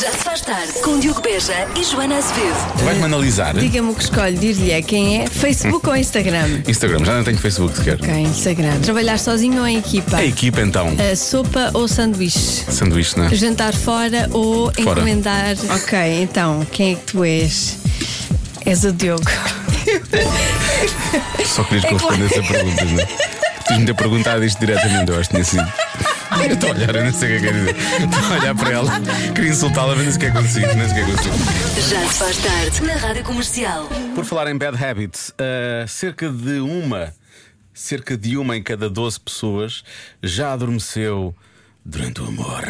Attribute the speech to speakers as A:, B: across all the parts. A: Já se faz tarde com Diogo Beja e Joana Azevedo.
B: Vais-me analisar?
C: Diga-me o que escolhe, dir-lhe é quem é, Facebook ou Instagram?
B: Instagram, já não tenho Facebook sequer.
C: Ok, Instagram. Trabalhar sozinho ou em equipa?
B: A equipa então.
C: A sopa ou sanduíche?
B: Sanduíche, não é?
C: Jantar fora ou
B: Fora.
C: encomendar? Ok, então, quem é que tu és? És o Diogo.
B: Só querias que eu respondesse a perguntas, não é? Tinha-me ter perguntado isto diretamente, eu acho que tinha sido. Eu estou a olhar, eu não sei o que é que quer dizer. Estou a olhar para ela, queria insultá-la, mas não sei o que é que consigo, não sei o que é que consigo.
A: Já se faz tarde na Rádio Comercial.
B: Por falar em bad habits, ah, cerca de uma, cerca de uma em cada 12 pessoas já adormeceu durante o amor.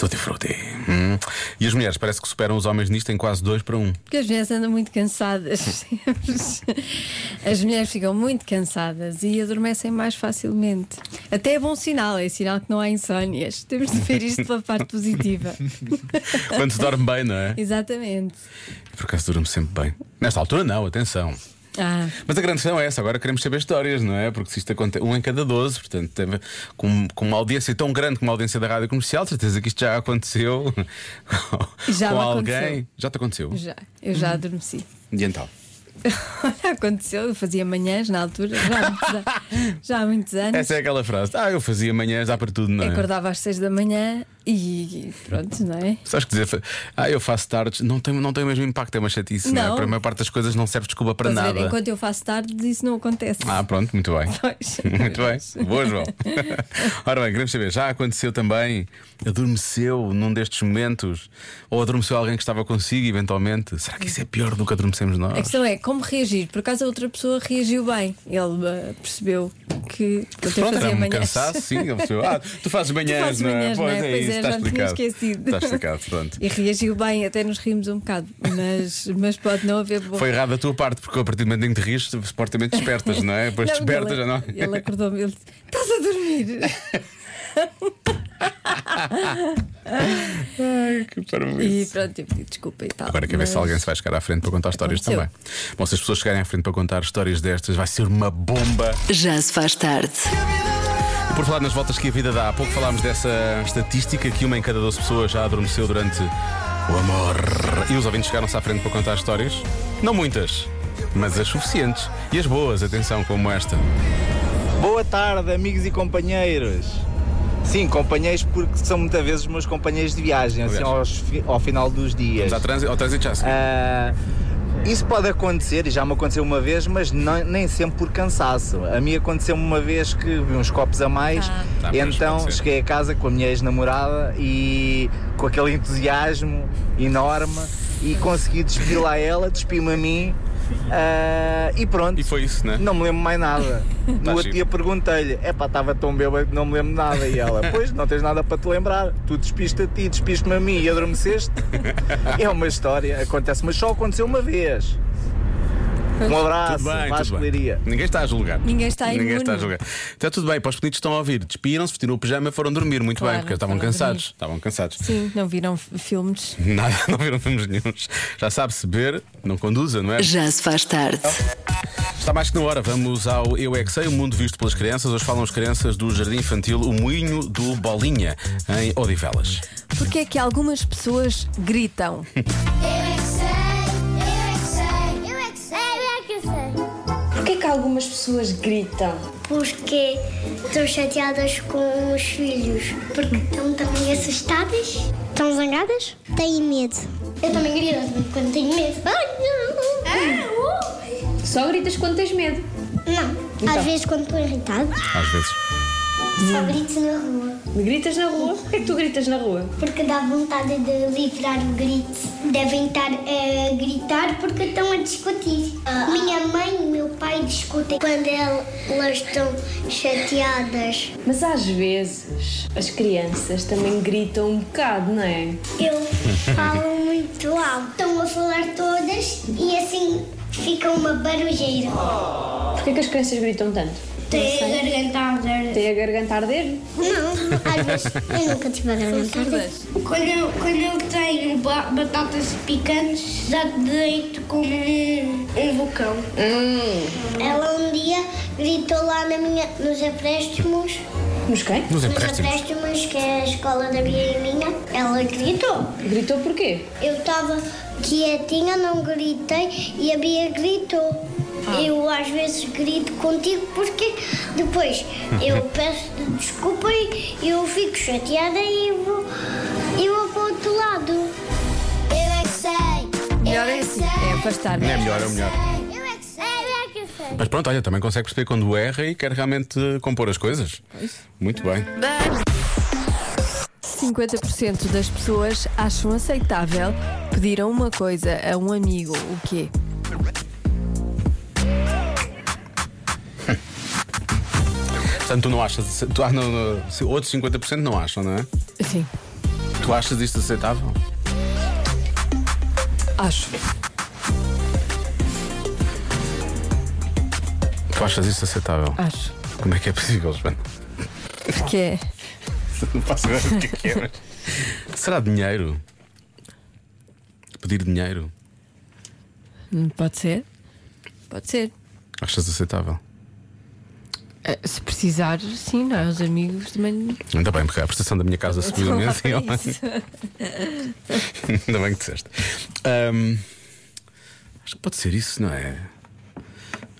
B: Tutti frutti. Hum. E as mulheres parece que superam os homens nisto em quase 2 para 1. Um.
C: Porque as mulheres andam muito cansadas. As mulheres ficam muito cansadas e adormecem mais facilmente. Até é bom sinal, é sinal que não há insónias. Temos de ver isto pela parte positiva.
B: Quando se dorme bem, não é?
C: Exatamente.
B: Por acaso durmo sempre bem. Nesta altura, não, atenção.
C: Ah,
B: Mas a grande questão é essa, agora queremos saber histórias, não é? Porque se isto acontece, um em cada 12, portanto, teve- com, com uma audiência tão grande como a audiência da rádio comercial, de certeza que isto já aconteceu
C: Já
B: com
C: me
B: alguém.
C: aconteceu.
B: Já te aconteceu?
C: já. Eu já adormeci.
B: E então?
C: Aconteceu, eu fazia manhãs na altura, já há muitos, an- já há muitos anos.
B: Essa é aquela frase. Ah, eu fazia manhãs, dá para tudo, não é?
C: Acordava às seis da manhã e pronto, não é?
B: Sabes que dizer, fa- ah, eu faço tardes, não tem, não tem o mesmo impacto, é uma chatice, não, é?
C: Não.
B: Para a maior parte das coisas não serve desculpa para
C: Estás a ver?
B: nada.
C: Enquanto eu faço tarde, isso não acontece.
B: Ah, pronto, muito bem.
C: Pois.
B: Muito bem, boa, João. Ora bem, queremos saber, já aconteceu também? Adormeceu num destes momentos? Ou adormeceu alguém que estava consigo, eventualmente? Será que isso é pior do que adormecemos nós?
C: A questão é como reagir. Por acaso a outra pessoa reagiu bem. Ele ah, percebeu que que eu tenho que
B: Pronto,
C: fazer
B: era um
C: manhãs.
B: cansaço, sim. a pessoa, ah, tu fazes manhãs,
C: fazes
B: não é?
C: manhãs, não
B: pois
C: é? Pois
B: isso,
C: é,
B: está
C: já me tinha
B: explicado.
C: esquecido.
B: Está explicado, pronto.
C: E reagiu bem, até nos rimos um bocado. Mas, mas pode não haver boa.
B: Foi errado a tua parte, porque a partir do momento em que te rires, tu supostamente despertas, não é? Depois
C: Não,
B: despertas,
C: ele,
B: já não. é?
C: Ele acordou-me, ele disse: Estás a dormir?
B: Ai, que parabéns.
C: E pronto, eu pedi desculpa e tal.
B: Agora quer ver
C: mas-
B: se alguém se vai chegar à frente para contar histórias também. Bom, se as pessoas chegarem à frente para contar histórias destas, vai ser uma bomba.
A: Já se faz tarde.
B: E por falar nas voltas que a vida dá, há pouco falámos dessa estatística que uma em cada 12 pessoas já adormeceu durante o amor. E os ouvintes chegaram-se à frente para contar histórias? Não muitas, mas as suficientes. E as boas, atenção, como esta.
D: Boa tarde, amigos e companheiros. Sim, companheiros porque são muitas vezes os meus companheiros de viagem, assim,
B: Aliás.
D: aos fi- ao final dos dias.
B: Vamos ao trânsito, ao trânsito já. se-
D: Ah, isso pode acontecer, e já me aconteceu uma vez, mas não- nem sempre por cansaço. A mim aconteceu-me uma vez que vi uns copos a mais,
C: Ah.
B: Ah, pois, pode
D: então
B: ser.
D: cheguei a casa com a minha ex-namorada e com aquele entusiasmo enorme e consegui despir lá ela, despi-me a mim ah, e pronto.
B: E foi isso, né?
D: Não me lembro mais nada.
B: Tá
D: No outro
B: giro.
D: dia perguntei-lhe: é pá, estava tão bêbado que não me lembro nada. E ela: pois, não tens nada para te lembrar. Tu despiste a ti, despiste-me a mim e adormeceste. É uma história, acontece, mas só aconteceu uma vez. Um abraço,
B: Tudo bem,
D: Vasco
B: tudo bem.
D: Leiria.
B: Ninguém está a julgar.
C: Ninguém está
B: Ninguém
C: imune.
B: está a julgar. Está tudo bem, para os pedidos estão a ouvir. Despiram-se, vestiram o pijama, foram dormir muito
C: Claro,
B: bem, porque estavam
C: foram dormir.
B: cansados. Estavam cansados.
C: Sim, não viram f- filmes.
B: Nada, não viram filmes nenhums. Já sabe, se beber, não conduza, não é?
A: Já se faz tarde.
B: Está mais que na hora, vamos ao Eu É Que Sei, o mundo visto pelas crianças. Hoje falam as crianças do Jardim Infantil O Moinho do Bolinha, em Odivelas.
C: Porquê é que algumas pessoas gritam?
E: Eu é que sei, eu é que sei, eu é que sei, eu é que sei.
F: Porquê que algumas pessoas gritam?
E: Porque estão chateadas com os filhos, porque estão também assustadas, estão zangadas, têm medo. Eu também grito quando tenho medo. Ah, uh.
F: Só gritas quando tens medo.
E: Não, às vezes quando estou irritado,
B: Às vezes.
E: só grito na rua,
F: Gritas na rua? Porquê que tu gritas na rua?
E: porque dá vontade de livrar o grito. Devem estar a gritar porque estão a discutir. Minha mãe e meu pai discutem quando elas estão chateadas.
F: Mas às vezes as crianças também gritam um bocado, não é?
E: Eu falo muito alto. Estão a falar todas e assim fica uma barulheira.
F: Porquê que as crianças gritam tanto?
E: Tem a garganta a arder.
F: Tem a garganta a arder?
E: Não, às vezes eu nunca tive a garganta a arder.
G: Quando eu, quando eu tenho ba- batatas picantes, já deito como um, um vulcão.
B: Hum.
E: Ela um dia gritou lá na minha, nos empréstimos
F: Nos quem?
B: Nos
E: Nos
B: empréstimos.
E: empréstimos, que é a escola da minha e minha, ela gritou.
F: Gritou porquê?
E: Eu estava quietinha, não gritei e a Bia gritou.
C: Ah.
E: Eu às vezes grito contigo porque depois
C: Uhum.
E: eu peço desculpa e eu fico chateada e vou, eu vou para o outro lado. Eu é que sei.
C: Melhor é assim, é afastar-me.
B: É melhor, é melhor.
E: Eu é que sei, eu é que sei.
B: Mas pronto, olha, também consegue perceber quando erra e quer realmente eh, compor as coisas. Muito bem.
C: 50% das pessoas acham aceitável pedir a uma coisa a um amigo. O quê?
B: Portanto, tu não achas. Tu, ah, não, não, se- outros 50% não acham, não é?
C: Sim,
B: Tu achas isto aceitável?
C: acho.
B: Tu achas isto aceitável?
C: Acho.
B: Como é que é possível, Joana?
C: Que é.
B: Não faço ideia do que é que é, mas. Será dinheiro? Pedir dinheiro?
C: hum, Pode ser? Pode ser.
B: Achas aceitável?
C: Ah, Se precisar, sim, não é? Os amigos também.
B: Ainda bem, porque a prestação da minha casa subiu imenso. e
C: Não
B: ela-
C: há isso.
B: Ainda bem que disseste. Ahm, acho que pode ser isso, não é?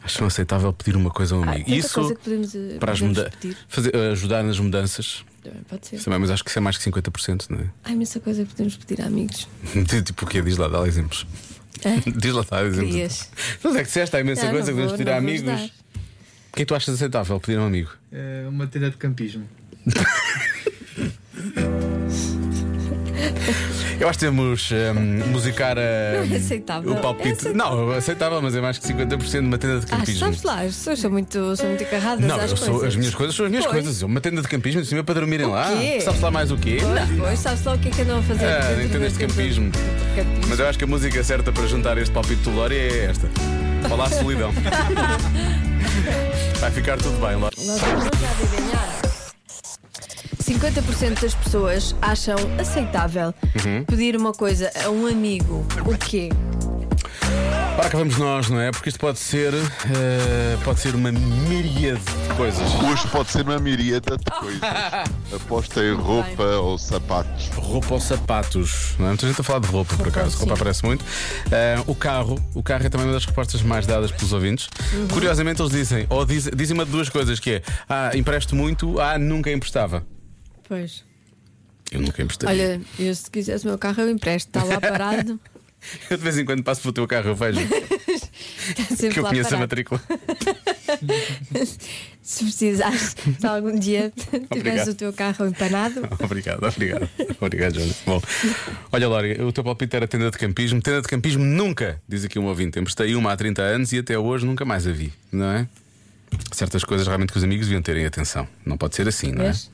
B: Acho é aceitável pedir uma coisa a um
C: Há
B: amigo.
C: Ah, tanta
B: isso
C: coisa que podemos, eh,
B: para as
C: podemos
B: muda-
C: pedir.
B: fazer- eh, ajudar nas mudanças.
C: Também Pode
B: Isso
C: ser.
B: Também, mas acho que isso é mais que 50%, não é?
C: Há imensa coisa que podemos pedir a amigos.
B: tipo o quê? Diz lá, dá lá exemplos. Diz lá, dá lá exemplos.
C: É. Querias?
B: Não é que disseste, há imensa
C: Não,
B: coisa
C: Ah, não
B: que
C: vou-
B: podemos pedir
C: não
B: a
C: vou
B: amigos.
C: ajudar.
B: O que é que tu achas aceitável pedir a um amigo?
H: É uma tenda de campismo.
B: Eu acho que temos ahm, musicar a,
C: Não é aceitável.
B: o palpite.
C: É aceitável.
B: Não, aceitável, mas é mais que 50% de uma tenda de
C: Ah,
B: campismo.
C: sabes lá, as pessoas são muito, são muito agarradas
B: Não,
C: às
B: eu sou,
C: coisas.
B: as minhas coisas são as minhas
C: Pois.
B: coisas. Uma tenda de campismo em cima é para dormirem
C: O
B: lá.
C: quê?
B: Sabes lá mais o quê?
C: Pois, pois, sabes lá o que é que andam a fazer?
B: Ah, nem
C: dentro do-
B: entendeste
C: dentro do-
B: campismo.
C: do campismo.
B: Mas eu acho que a música certa para juntar este palpite do Lori é esta. Olá, solidão. Vai ficar tudo bem, Lori.
C: Nós vamos já de ganhar. 50% das pessoas acham aceitável
B: Uhum.
C: pedir uma coisa a um amigo. O quê?
B: Ora, cá vamos nós, não é? Porque isto pode ser. eh, pode ser uma miríade de coisas.
I: Hoje pode ser uma miríada de coisas. Aposta em roupa ou sapatos.
B: Roupa ou sapatos? Não é? Muita gente a falar de roupa, por acaso. Roupa aparece muito. Ah, o carro. O carro é também uma das respostas mais dadas pelos ouvintes.
C: Uhum.
B: Curiosamente, eles dizem, ou dizem, dizem uma de duas coisas, que é Ah, empresto muito, ah, nunca emprestava.
C: Pois.
B: Eu nunca emprestei.
C: Olha, eu se quisesse o meu carro, eu empresto. Está lá parado.
B: Eu de vez em quando passo pelo teu carro, eu vejo
C: Está sempre
B: que eu
C: lá
B: conheço a
C: parado.
B: matrícula.
C: Se precisares, se algum dia tiveres
B: Obrigado.
C: o teu carro empanado,
B: obrigado, obrigado. Obrigado, Joana. Bom, olha, Lória, o teu palpite era tenda de campismo. Tenda de campismo nunca, diz aqui um ouvinte. Emprestei uma há 30 anos e até hoje nunca mais a vi, não é? Certas coisas realmente que os amigos deviam terem atenção. Não pode ser assim, não é?
C: vês?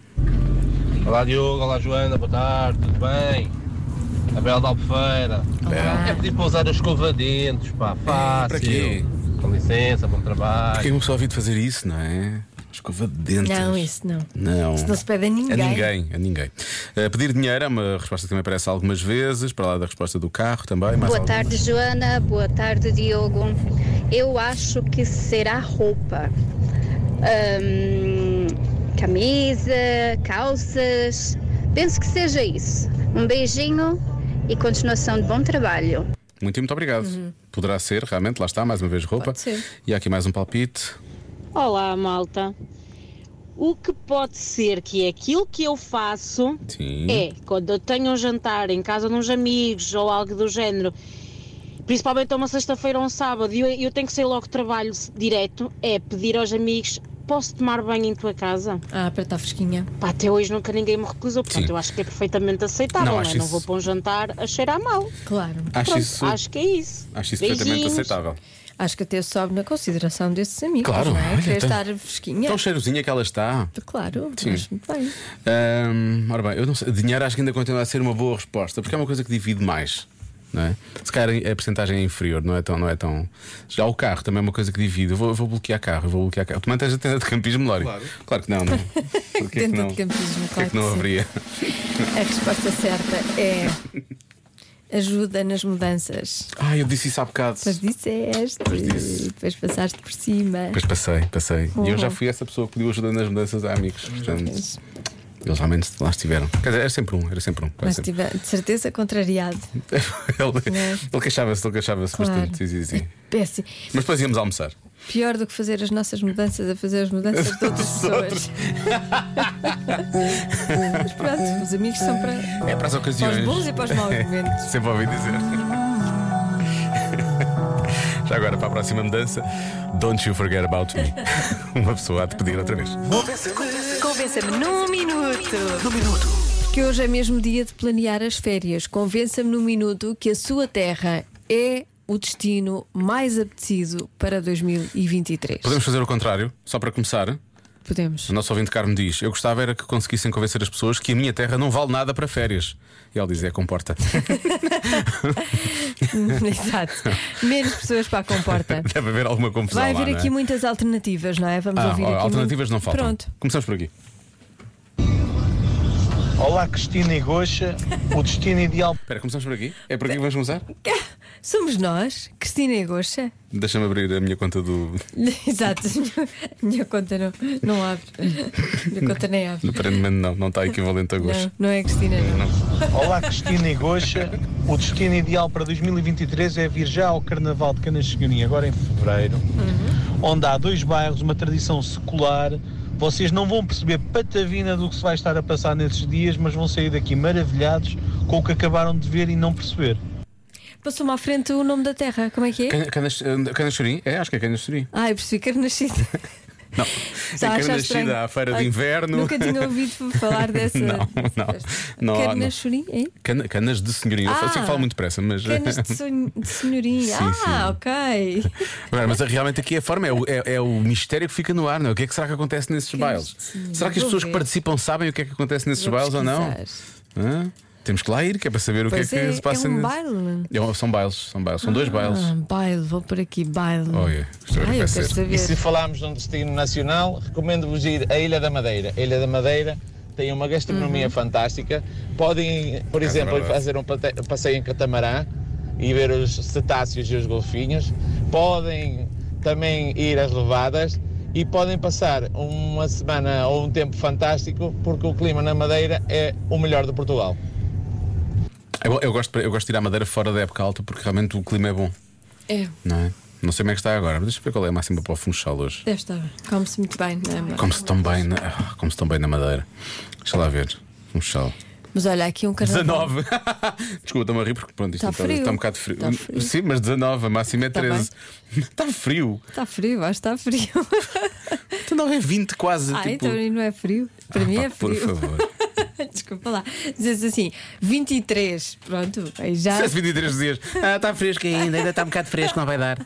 J: Olá Diogo, olá Joana, boa tarde, tudo bem? Abel da Albufeira. É pedir para usar a escova de dentes, pá, fácil.
B: para quê?
J: Com licença, bom trabalho.
B: Porque é que uma pessoa ouviu de fazer isso, não é? Escova de dentes.
C: Não, isso não.
B: Não.
C: Isso não se pede a ninguém.
B: A ninguém, a ninguém. Eh, pedir dinheiro é uma resposta que também aparece algumas vezes, para lá da resposta do carro também. Mais
K: Boa
B: alguma?
K: tarde, Joana. Boa tarde, Diogo. Eu acho que será roupa. Ahn, camisa, calças. Penso que seja isso. Um beijinho e continuação de bom trabalho.
B: Muito, e muito obrigado. Poderá ser, realmente, lá está, mais uma vez roupa.
C: Uhum. Pode ser.
B: E há aqui mais um palpite.
L: Olá, malta. O que pode ser que é aquilo que eu faço
B: Sim.
L: é quando eu tenho um jantar em casa de uns amigos ou algo do género, principalmente a uma sexta-feira ou um sábado, e eu, eu tenho que sair logo do trabalho s- direto, é pedir aos amigos. Posso tomar banho em tua casa?
C: Ah, para estar fresquinha.
L: Pá, até hoje nunca ninguém me recusou, portanto
B: Sim.
L: eu acho que é perfeitamente aceitável.
B: Não,
L: Não,
B: acho
L: é? não
B: isso-
L: vou para um jantar a cheirar mal.
C: Claro.
B: Acho
L: Pronto,
B: isso,
L: acho que é isso.
B: acho isso perfeitamente
L: Beijinhos.
B: aceitável.
C: Acho que até sobe na consideração desses amigos.
B: Claro,
C: não é?
B: olha,
C: Quer
B: então-
C: estar fresquinha.
B: Tão cheirosinha é que ela está.
C: Claro,
B: Sim.
C: acho muito bem.
B: Ahm, ora bem, eu não sei. Dinheiro acho que ainda continua a ser uma boa resposta, porque é uma coisa que divide mais. Não é? Se calhar a porcentagem é inferior, não é, tão, não é tão. Já o carro também é uma coisa que divide. Eu vou, eu vou bloquear carro, eu vou bloquear carro. Tu mantens a tenda de campismo, Lório? Claro. que não, não. Porquê
C: Tenda
B: que não?
C: de campismo,
B: Porquê que
C: claro que
B: não
C: sim.
B: haveria?
C: A resposta certa é. ajuda nas mudanças.
B: Ah, eu disse isso há bocado.
C: Mas disseste.
B: Pois disse.
C: Depois passaste por cima.
B: Depois passei, passei. E eu já
C: Uhum.
B: fui essa pessoa que pediu ajuda nas mudanças a amigos. Portanto, eles realmente lá estiveram. Quer dizer, era sempre um, era sempre um. Quase
C: Mas
B: sempre.
C: tive de certeza contrariado.
B: ele ele queixava-se, ele queixava-se
C: Claro.
B: bastante. Sim, sim, sim.
C: Péssimo.
B: Mas depois íamos almoçar.
C: Pior do que fazer as nossas mudanças a fazer as mudanças de outras pessoas. Mas pronto, os amigos são para.
B: É para as ocasiões.
C: Para os bons e para os maus momentos.
B: Sempre ouvi dizer. Já agora, para a próxima mudança, don't you forget about me. Uma pessoa há de pedir outra vez.
C: Convença-me num minuto. Num minuto. Que hoje é mesmo dia de planear as férias. Convença-me num minuto que a sua terra é o destino mais apetecido para 2023.
B: Podemos fazer o contrário, só para começar.
C: Podemos.
B: O nosso ouvinte Carmo diz: Eu gostava era que conseguissem convencer as pessoas que a minha terra não vale nada para férias. E ela diz: É, comporta.
C: Exato. Menos pessoas para a comporta.
B: Deve haver alguma confusão.
C: Vai
B: lá,
C: haver
B: não é?
C: aqui muitas alternativas, não é? Vamos
B: Ah,
C: ouvir aqui.
B: alternativas
C: muito-
B: não faltam.
C: Pronto.
B: Começamos por aqui.
J: Olá, Cristina e Goxa. O destino ideal.
B: Espera, começamos por aqui? É por aqui que vamos começar?
C: Somos nós, Cristina e Goxa.
B: Deixa-me abrir a minha conta do.
C: Exato. A minha conta não, não abre. A minha conta nem abre.
B: Aparentemente não, não está equivalente a gosto.
C: Não, não é Cristina, não.
J: Olá, Cristina e Goxa. O destino ideal para 2023 é vir já ao Carnaval de Canasseguinha, agora em fevereiro, onde há dois bairros, uma tradição secular. Vocês não vão perceber patavina do que se vai estar a passar nesses dias, mas vão sair daqui maravilhados com o que acabaram de ver e não perceber.
C: Passou-me à frente o nome da terra. Como é que é?
B: Cana- canas- Canachorim? É, acho que é Canachorim.
C: Ah, eu percebi Carnascida.
B: Não.
C: Está
B: é
C: a achar Tá, estranho.
B: Carnascida à feira de
C: Ai,
B: inverno.
C: Nunca tinha ouvido falar dessa.
B: Não, não. não, há- não.
C: Carnachorim, hein?
B: Cana- Canas de senhorinha. Eu sei
C: Ah.
B: que falo muito depressa, mas.
C: Canas de, sonho, de senhorinha.
B: Sim,
C: ah, ok.
B: Agora, mas realmente aqui a forma é o, é- é o mistério que fica no ar, não é? O que é que será que acontece nesses bailes?
C: sim,
B: será que as
C: vou
B: pessoas
C: ver.
B: que participam sabem o que é que acontece nesses
C: Vou
B: bailes ou não?
C: pesquisar.
B: Hã? Temos que lá ir, que é para saber
C: Pois
B: o que é,
C: é,
B: que se passa
C: é um
B: nesse-
C: baile.
B: É um- são bailes, são bailes, são dois bailes.
C: Ah, baile, vou por aqui, baile.
B: Olha, isto agora
C: Ai, eu
B: vai
C: quero
B: ser.
C: saber.
M: E se falarmos de um destino nacional, recomendo-vos ir à Ilha da Madeira. A Ilha da Madeira tem uma gastronomia fantástica. Podem, por
J: É
M: exemplo,
J: verdade.
M: fazer um pate- passeio em catamarã e ver os cetáceos e os golfinhos. Podem também ir às levadas e podem passar uma semana ou um tempo fantástico porque o clima na Madeira é o melhor de Portugal.
B: Eu, eu gosto, eu gosto de ir à Madeira fora da época alta porque realmente o clima é bom,
C: É,
B: não é? Não sei como é que está agora, mas deixa eu ver qual é a máxima para o Funchal hoje.
C: deve estar. Come-se muito bem, não é? amor?
B: Como se tão bem na, ah, como se tão bem na Madeira. Deixa lá ver. Funchal.
C: Mas olha, aqui um carnaval.
B: 19. Desculpa, estou-me a rir porque pronto, isto
C: Tá
B: está,
C: frio.
B: está um bocado frio.
C: Tá frio.
B: Sim, mas 19, a máxima é
C: Tá
B: 13. Está frio.
C: Está frio, acho que está frio.
B: Então não é 20 quase.
C: Ah,
B: tipo... Ah,
C: então não é frio. Para mim
B: pá,
C: é
B: por
C: frio.
B: favor.
C: Desculpa lá. Dizes assim, 23, pronto, aí já.
B: Se fosse 23 dias. Ah, está fresco ainda, ainda está um bocado fresco, não vai dar.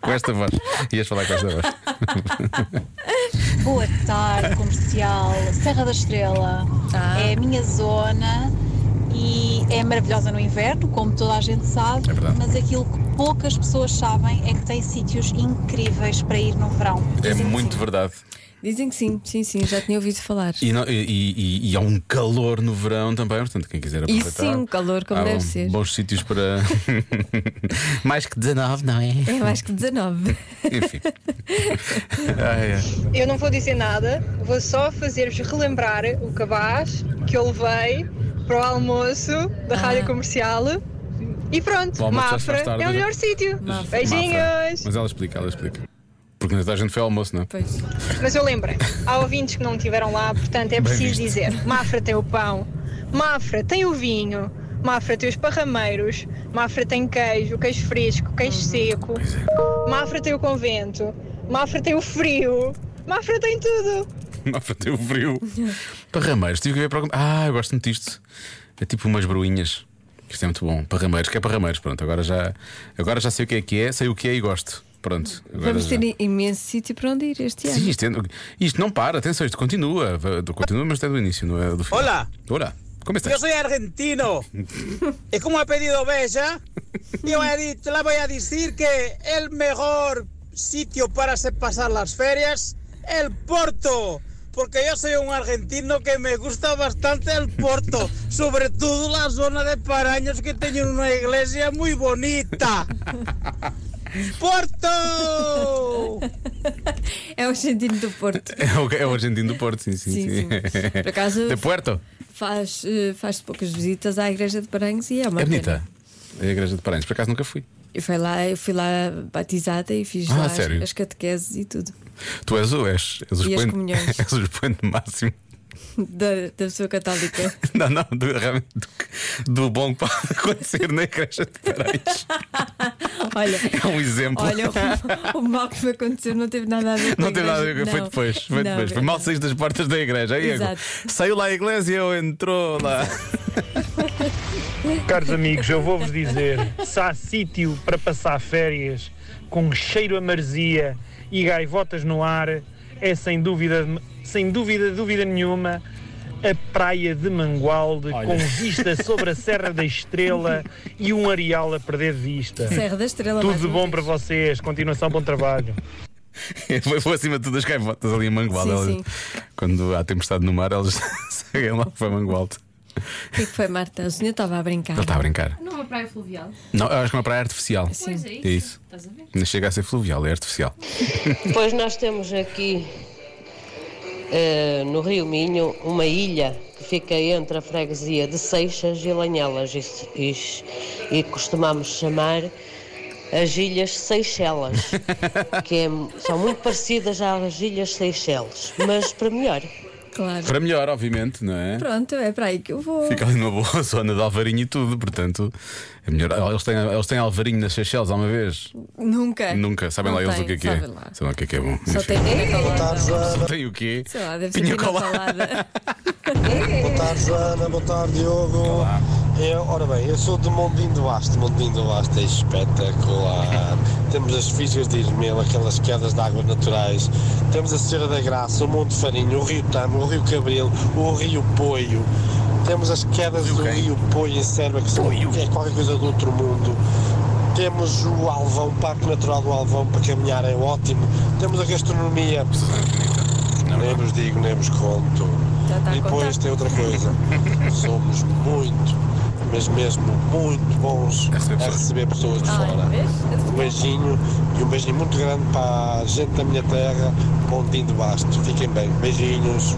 B: Com esta voz. Ias falar com esta voz. É
N: Boa tarde, comercial. Serra da Estrela é a minha zona e é maravilhosa no inverno, como toda a gente sabe.
B: É verdade.
N: mas aquilo que poucas pessoas sabem é que tem sítios incríveis para ir no verão.
B: É muito verdade.
C: Dizem que sim, sim, sim, já tinha ouvido falar.
B: E, não- e- e- e há um calor no verão também, portanto, quem quiser
C: E
B: aproveitar.
C: sim, um calor, como
B: há
C: deve
B: bom-
C: ser.
B: Bons sítios para. Mais que 19, não é?
C: É mais que 19.
B: Enfim. Ai, ai.
O: Eu não vou dizer nada, vou só fazer-vos relembrar o cabaz que eu levei para o almoço da rádio comercial. E
B: O
O: pronto,
B: Ah, é. almoço já se
O: Mafra
B: faz tarde,
O: é o
B: já-
O: melhor sítio.
B: Mafra.
O: Beijinhos!
B: Mas ela explica, ela explica. Porque ainda a gente foi ao almoço, não é?
C: Pois.
O: Mas eu lembrei, há ouvintes que não estiveram lá, portanto é
B: Bem
O: preciso
B: visto.
O: dizer: Mafra tem o pão, Mafra tem o vinho, Mafra tem os parrameiros, Mafra tem queijo, queijo fresco, queijo
B: Uhum.
O: seco,
B: é.
O: Mafra tem o convento, Mafra tem o frio, Mafra tem tudo.
B: Mafra tem o frio. Parrameiros, tive que ver para. Ah, eu gosto muito disto. É tipo umas broinhas. Isto é muito bom. Parrameiros, que é parrameiros, pronto. Agora já, agora já sei o que é que é, sei o que é e gosto. Pronto. Agora
C: Vamos
B: já.
C: ter imenso sítio para onde ir este
B: Sim,
C: ano.
B: isto, é- isto não para, atenção, isto continua. Va- Continua, mas é do início, não é do fim. Olá! Olá!
P: Yo
B: Como estás?
P: soy argentino. y como ha pedido Bella, yo he di- te la voy a decir que el mejor sitio para se pasar las ferias, el Porto. porque yo soy un argentino que me gusta bastante el Porto, sobre todo la zona de Paraños que tiene una iglesia muy bonita. Porto!
C: É o argentino do Porto.
B: É o, é o argentino do Porto, sim, sim.
C: Sim,
B: sim.
C: sim. Por acaso-
B: De Puerto. É
C: Faz, eh, faz poucas visitas à igreja de Paranhos e é uma
B: É
C: pena.
B: bonita. É a igreja de Paranhos. Por acaso nunca fui.
C: Eu fui lá, eu fui lá batizada e fiz
B: Ah,
C: lá as-
B: sério?
C: as catequeses e tudo
B: Tu és o, és, és o
C: E as
B: expoente-
C: comunhões.
B: és o expoente máximo.
C: da, da pessoa católica.
B: Não, não, do, realmente do, do bom que pode acontecer na igreja de Paranhos.
C: Olha,
B: É um exemplo.
C: olha o, o mal que me aconteceu não teve nada a ver com a
B: Não tem nada a
C: igreja.
B: ver, foi
C: Não.
B: depois. Foi,
C: Não, é
B: depois. foi mal saís das portas da igreja. Aí, Diego,
C: Exato.
B: saiu lá a igreja ou entrou lá.
Q: Caros amigos, eu vou-vos dizer: se há sítio para passar férias com cheiro a marzia e gaivotas no ar, é sem dúvida, sem dúvida, dúvida nenhuma, a praia de Mangualde com vista sobre a Serra da Estrela e um areal a perder de vista.
C: Serra da Estrela,
Q: Tudo
C: mais
Q: de
C: uma
Q: bom para vocês, continuação, bom trabalho.
B: Foi, foi acima de tudo as gaivotas ali em Mangualde.
C: Sim,
B: Elas- Quando há tempestade no mar, elas seguem lá para Mangualde.
C: O que é que foi, Marta? O senhor estava a brincar.
B: Ele tá. está a brincar.
R: Não é uma praia fluvial.
B: Não, eu acho que é uma praia artificial.
R: Sim. Pois é isso.
B: É isso.
R: Estás a ver?
B: Não chega a ser fluvial, é artificial.
S: Pois nós temos aqui eh, no Rio Minho uma ilha que fica entre a freguesia de Seixas e Lanhelas e, se- e ch- e costumamos chamar as Ilhas Seixelas, que é mu- são muito parecidas às Ilhas Seychelles, mas para melhor.
C: Claro.
B: Para melhor, obviamente, não é?
C: Pronto, é para aí que eu vou.
B: Fica ali numa boa zona de Alvarinho e tudo, portanto é melhor. Eles têm, eles têm Alvarinho nas Seychelles alguma vez?
C: Nunca.
B: Nunca. Sabem
C: Não
B: lá eles o
C: tem,
B: que é que é?
C: sabem lá.
B: Sabem o que é que é bom.
C: Só tem pinha colada.
B: Só tem o quê?
C: Sei lá, deve ser
B: Pinha
C: pinha
B: colada.
C: colada.
T: Boa tarde, Joana. Boa tarde, Diogo. Eu, ora bem, eu sou de Mondinho do Basto. Mondinho do Basto é espetacular. Temos as fisgas de Irmel, aquelas quedas de águas naturais. Temos a Serra da Graça, o Monte Farinho, o Rio Tamo, o Rio Cabril, o Rio Poio. Temos as quedas do Rio Poio em Serva, que, são, que é qualquer coisa do outro mundo. Temos o Alvão, o Parque Natural do Alvão para caminhar, é ótimo. Temos a gastronomia. Nem vos digo, nem vos conto. E depois tem outra coisa. Somos muito, mas mesmo muito bons a receber pessoas de fora. Um beijinho e um beijinho muito grande para a gente da minha terra, Montinho de Basto. Fiquem bem. Beijinhos.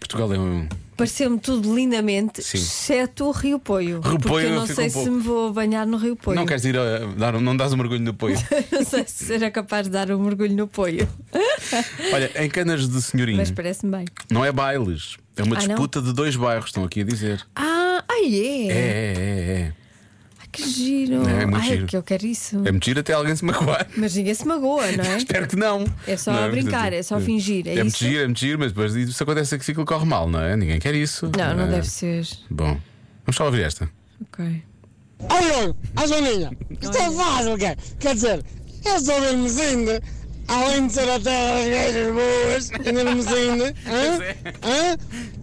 B: Portugal é um.
C: Pareceu-me tudo lindamente,
B: Sim.
C: exceto o Rio Poio.
B: Rio
C: porque
B: Poio
C: eu não
B: eu fico
C: sei
B: um
C: se
B: pouco-
C: me vou banhar no Rio Poio.
B: Não queres ir a dar, um- não dás um mergulho no poio.
C: não sei se será capaz de dar um mergulho no Poio.
B: Hum. Olha, em Canas de Senhorinho,
C: Mas parece-me bem.
B: não é bailes, é uma
C: Ah, não?
B: disputa de dois bairros, estão aqui a dizer.
C: Ah, ai
B: É,
C: é.
B: é, é. é.
C: Ai, que giro.
B: É, é muito
C: ai,
B: giro.
C: que eu quero isso.
B: É mentir até alguém se magoar.
C: Mas ninguém se magoa, não é?
B: Espero que não.
C: É só
B: Não,
C: a brincar,
B: portanto,
C: é só fingir. É,
B: É
C: isso?
B: mentir, é mentir, mas depois isso acontece que aquilo corre mal, não é? Ninguém quer isso.
C: Não, não
B: É.
C: deve ser.
B: Bom, vamos só ouvir esta.
C: Ok.
P: Olha, a Joaninha, isto é fácil, quer, quer dizer, eu sou de Hermesinde, além de ser a terra das gajas boas, em Hermesinde, hã? Hã?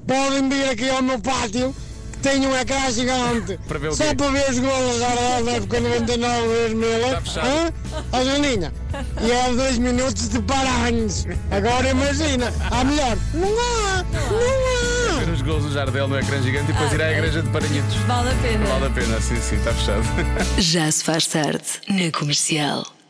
P: podem vir aqui ao meu pátio, que tenho um ecrã gigante,
U: Para ver o
P: só
U: quê?
P: para ver os golos agora da época 99 2000,
U: fechado.
P: hã? Ó Joaninha, e há dois minutos de paranhos, agora imagina, há melhor, não há, não há.
B: Ver os gols do Jardel no ecrã gigante e
C: Ah,
B: depois ir à igreja de Paranhitos.
C: Vale a pena.
B: Vale a pena, sim, sim, está fechado.
A: Já se faz tarde na comercial.